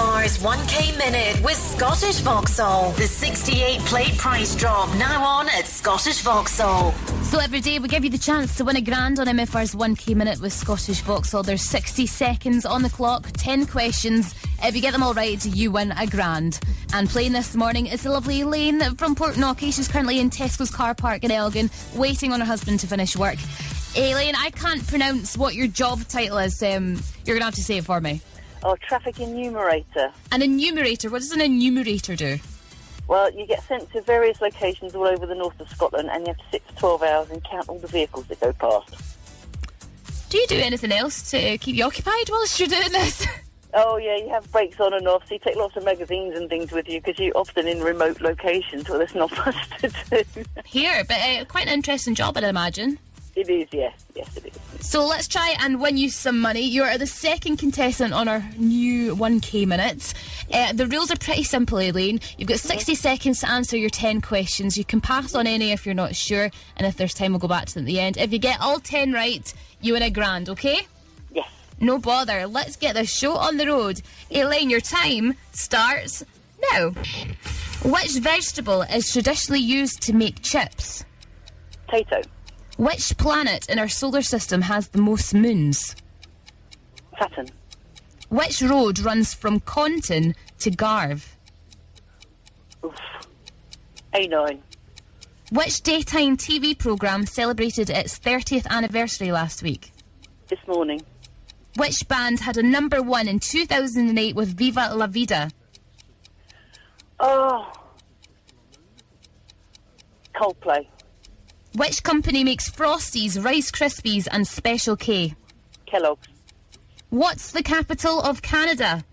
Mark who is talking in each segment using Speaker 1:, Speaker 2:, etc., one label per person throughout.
Speaker 1: 1K Minute with Scottish Vauxhall. The 68 plate price drop now on at Scottish Vauxhall.
Speaker 2: So every day we give you the chance to win a grand on MFR's 1K Minute with Scottish Vauxhall. There's 60 seconds on the clock, 10 questions. If you get them all right, you win a grand. And playing this morning is the lovely Elaine from Portnockie. She's currently in Tesco's car park in Elgin, waiting on her husband to finish work. Elaine, I can't pronounce what your job title is. Um, you're going to have to say it for me.
Speaker 3: Oh, traffic enumerator.
Speaker 2: An enumerator. What does an enumerator do?
Speaker 3: Well, you get sent to various locations all over the north of Scotland and you have to sit for 12 hours and count all the vehicles that go past.
Speaker 2: Do you do anything else to keep you occupied whilst you're doing this?
Speaker 3: Oh, yeah, you have breaks on and off, so you take lots of magazines and things with you because you're often in remote locations where there's not much to do.
Speaker 2: Here, but uh, quite an interesting job, I'd imagine.
Speaker 3: It is, yes. Yes, it is.
Speaker 2: So let's try and win you some money. You are the second contestant on our new 1K minutes. Uh, the rules are pretty simple, Elaine. You've got 60 seconds to answer your 10 questions. You can pass on any if you're not sure, and if there's time, we'll go back to them at the end. If you get all 10 right, you win a grand, okay?
Speaker 3: Yes.
Speaker 2: No bother. Let's get this show on the road. Elaine, your time starts now. Which vegetable is traditionally used to make chips?
Speaker 3: Potato.
Speaker 2: Which planet in our solar system has the most moons?
Speaker 3: Saturn.
Speaker 2: Which road runs from Conton to Garve?
Speaker 3: Oof. A9.
Speaker 2: Which daytime TV programme celebrated its 30th anniversary last week?
Speaker 3: This morning.
Speaker 2: Which band had a number one in 2008 with Viva La Vida?
Speaker 3: Oh. Coldplay.
Speaker 2: Which company makes Frosties, Rice Krispies, and Special K?
Speaker 3: Kellogg's.
Speaker 2: What's the capital of Canada?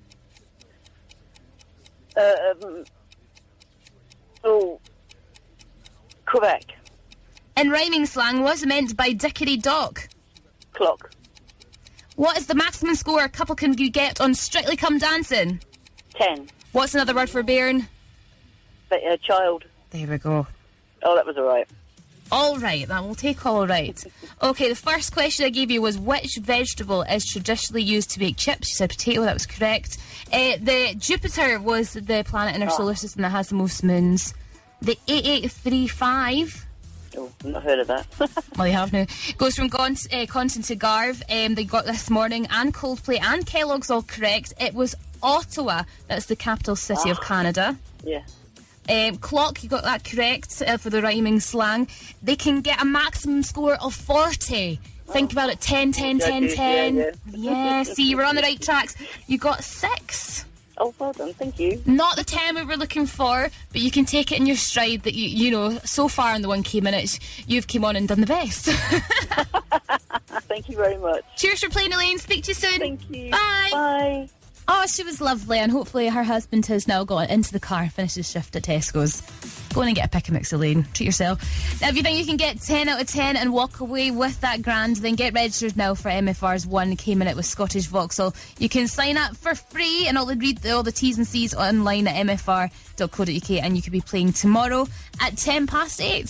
Speaker 3: Uh, um, oh. Quebec.
Speaker 2: In rhyming slang, was meant by Dickory Dock.
Speaker 3: Clock.
Speaker 2: What is the maximum score a couple can get on Strictly Come Dancing?
Speaker 3: 10.
Speaker 2: What's another word for bairn?
Speaker 3: But, uh, child.
Speaker 2: There we go.
Speaker 3: Oh, that was all right.
Speaker 2: All right, that will take all right. Okay, the first question I gave you was which vegetable is traditionally used to make chips? You said potato, that was correct. Uh, the Jupiter was the planet in our solar system that has the most moons. The 8835,
Speaker 3: Oh, I've not heard of that.
Speaker 2: well, they have now, goes from Gaunt, uh, Conton to Garve. Um, they got this morning, and Coldplay and Kellogg's all correct. It was Ottawa, that's the capital city of Canada.
Speaker 3: yeah.
Speaker 2: Um, clock, you got that correct uh, for the rhyming slang. They can get a maximum score of 40. Think about it 10, 10, 10,
Speaker 3: Yeah,
Speaker 2: 10.
Speaker 3: yeah,
Speaker 2: Yeah, see, we're on the right tracks. You got six.
Speaker 3: Oh, well done. Thank you.
Speaker 2: Not the 10 we were looking for, but you can take it in your stride that you, you know, so far in the 1K minutes, you've come on and done the best.
Speaker 3: Thank you very much.
Speaker 2: Cheers for playing, Elaine. Speak to you soon.
Speaker 3: Thank you.
Speaker 2: Bye.
Speaker 3: Bye.
Speaker 2: Oh, she was lovely, and hopefully her husband has now got into the car and finished his shift at Tesco's. Go in and get a pick and mix, Elaine. Treat yourself. Now, if you think you can get 10 out of 10 and walk away with that grand, then get registered now for MFR's 1K Minute with Scottish Vauxhall. You can sign up for free and all the, read the, all the T's and C's online at mfr.co.uk, and you could be playing tomorrow at 10 past 8.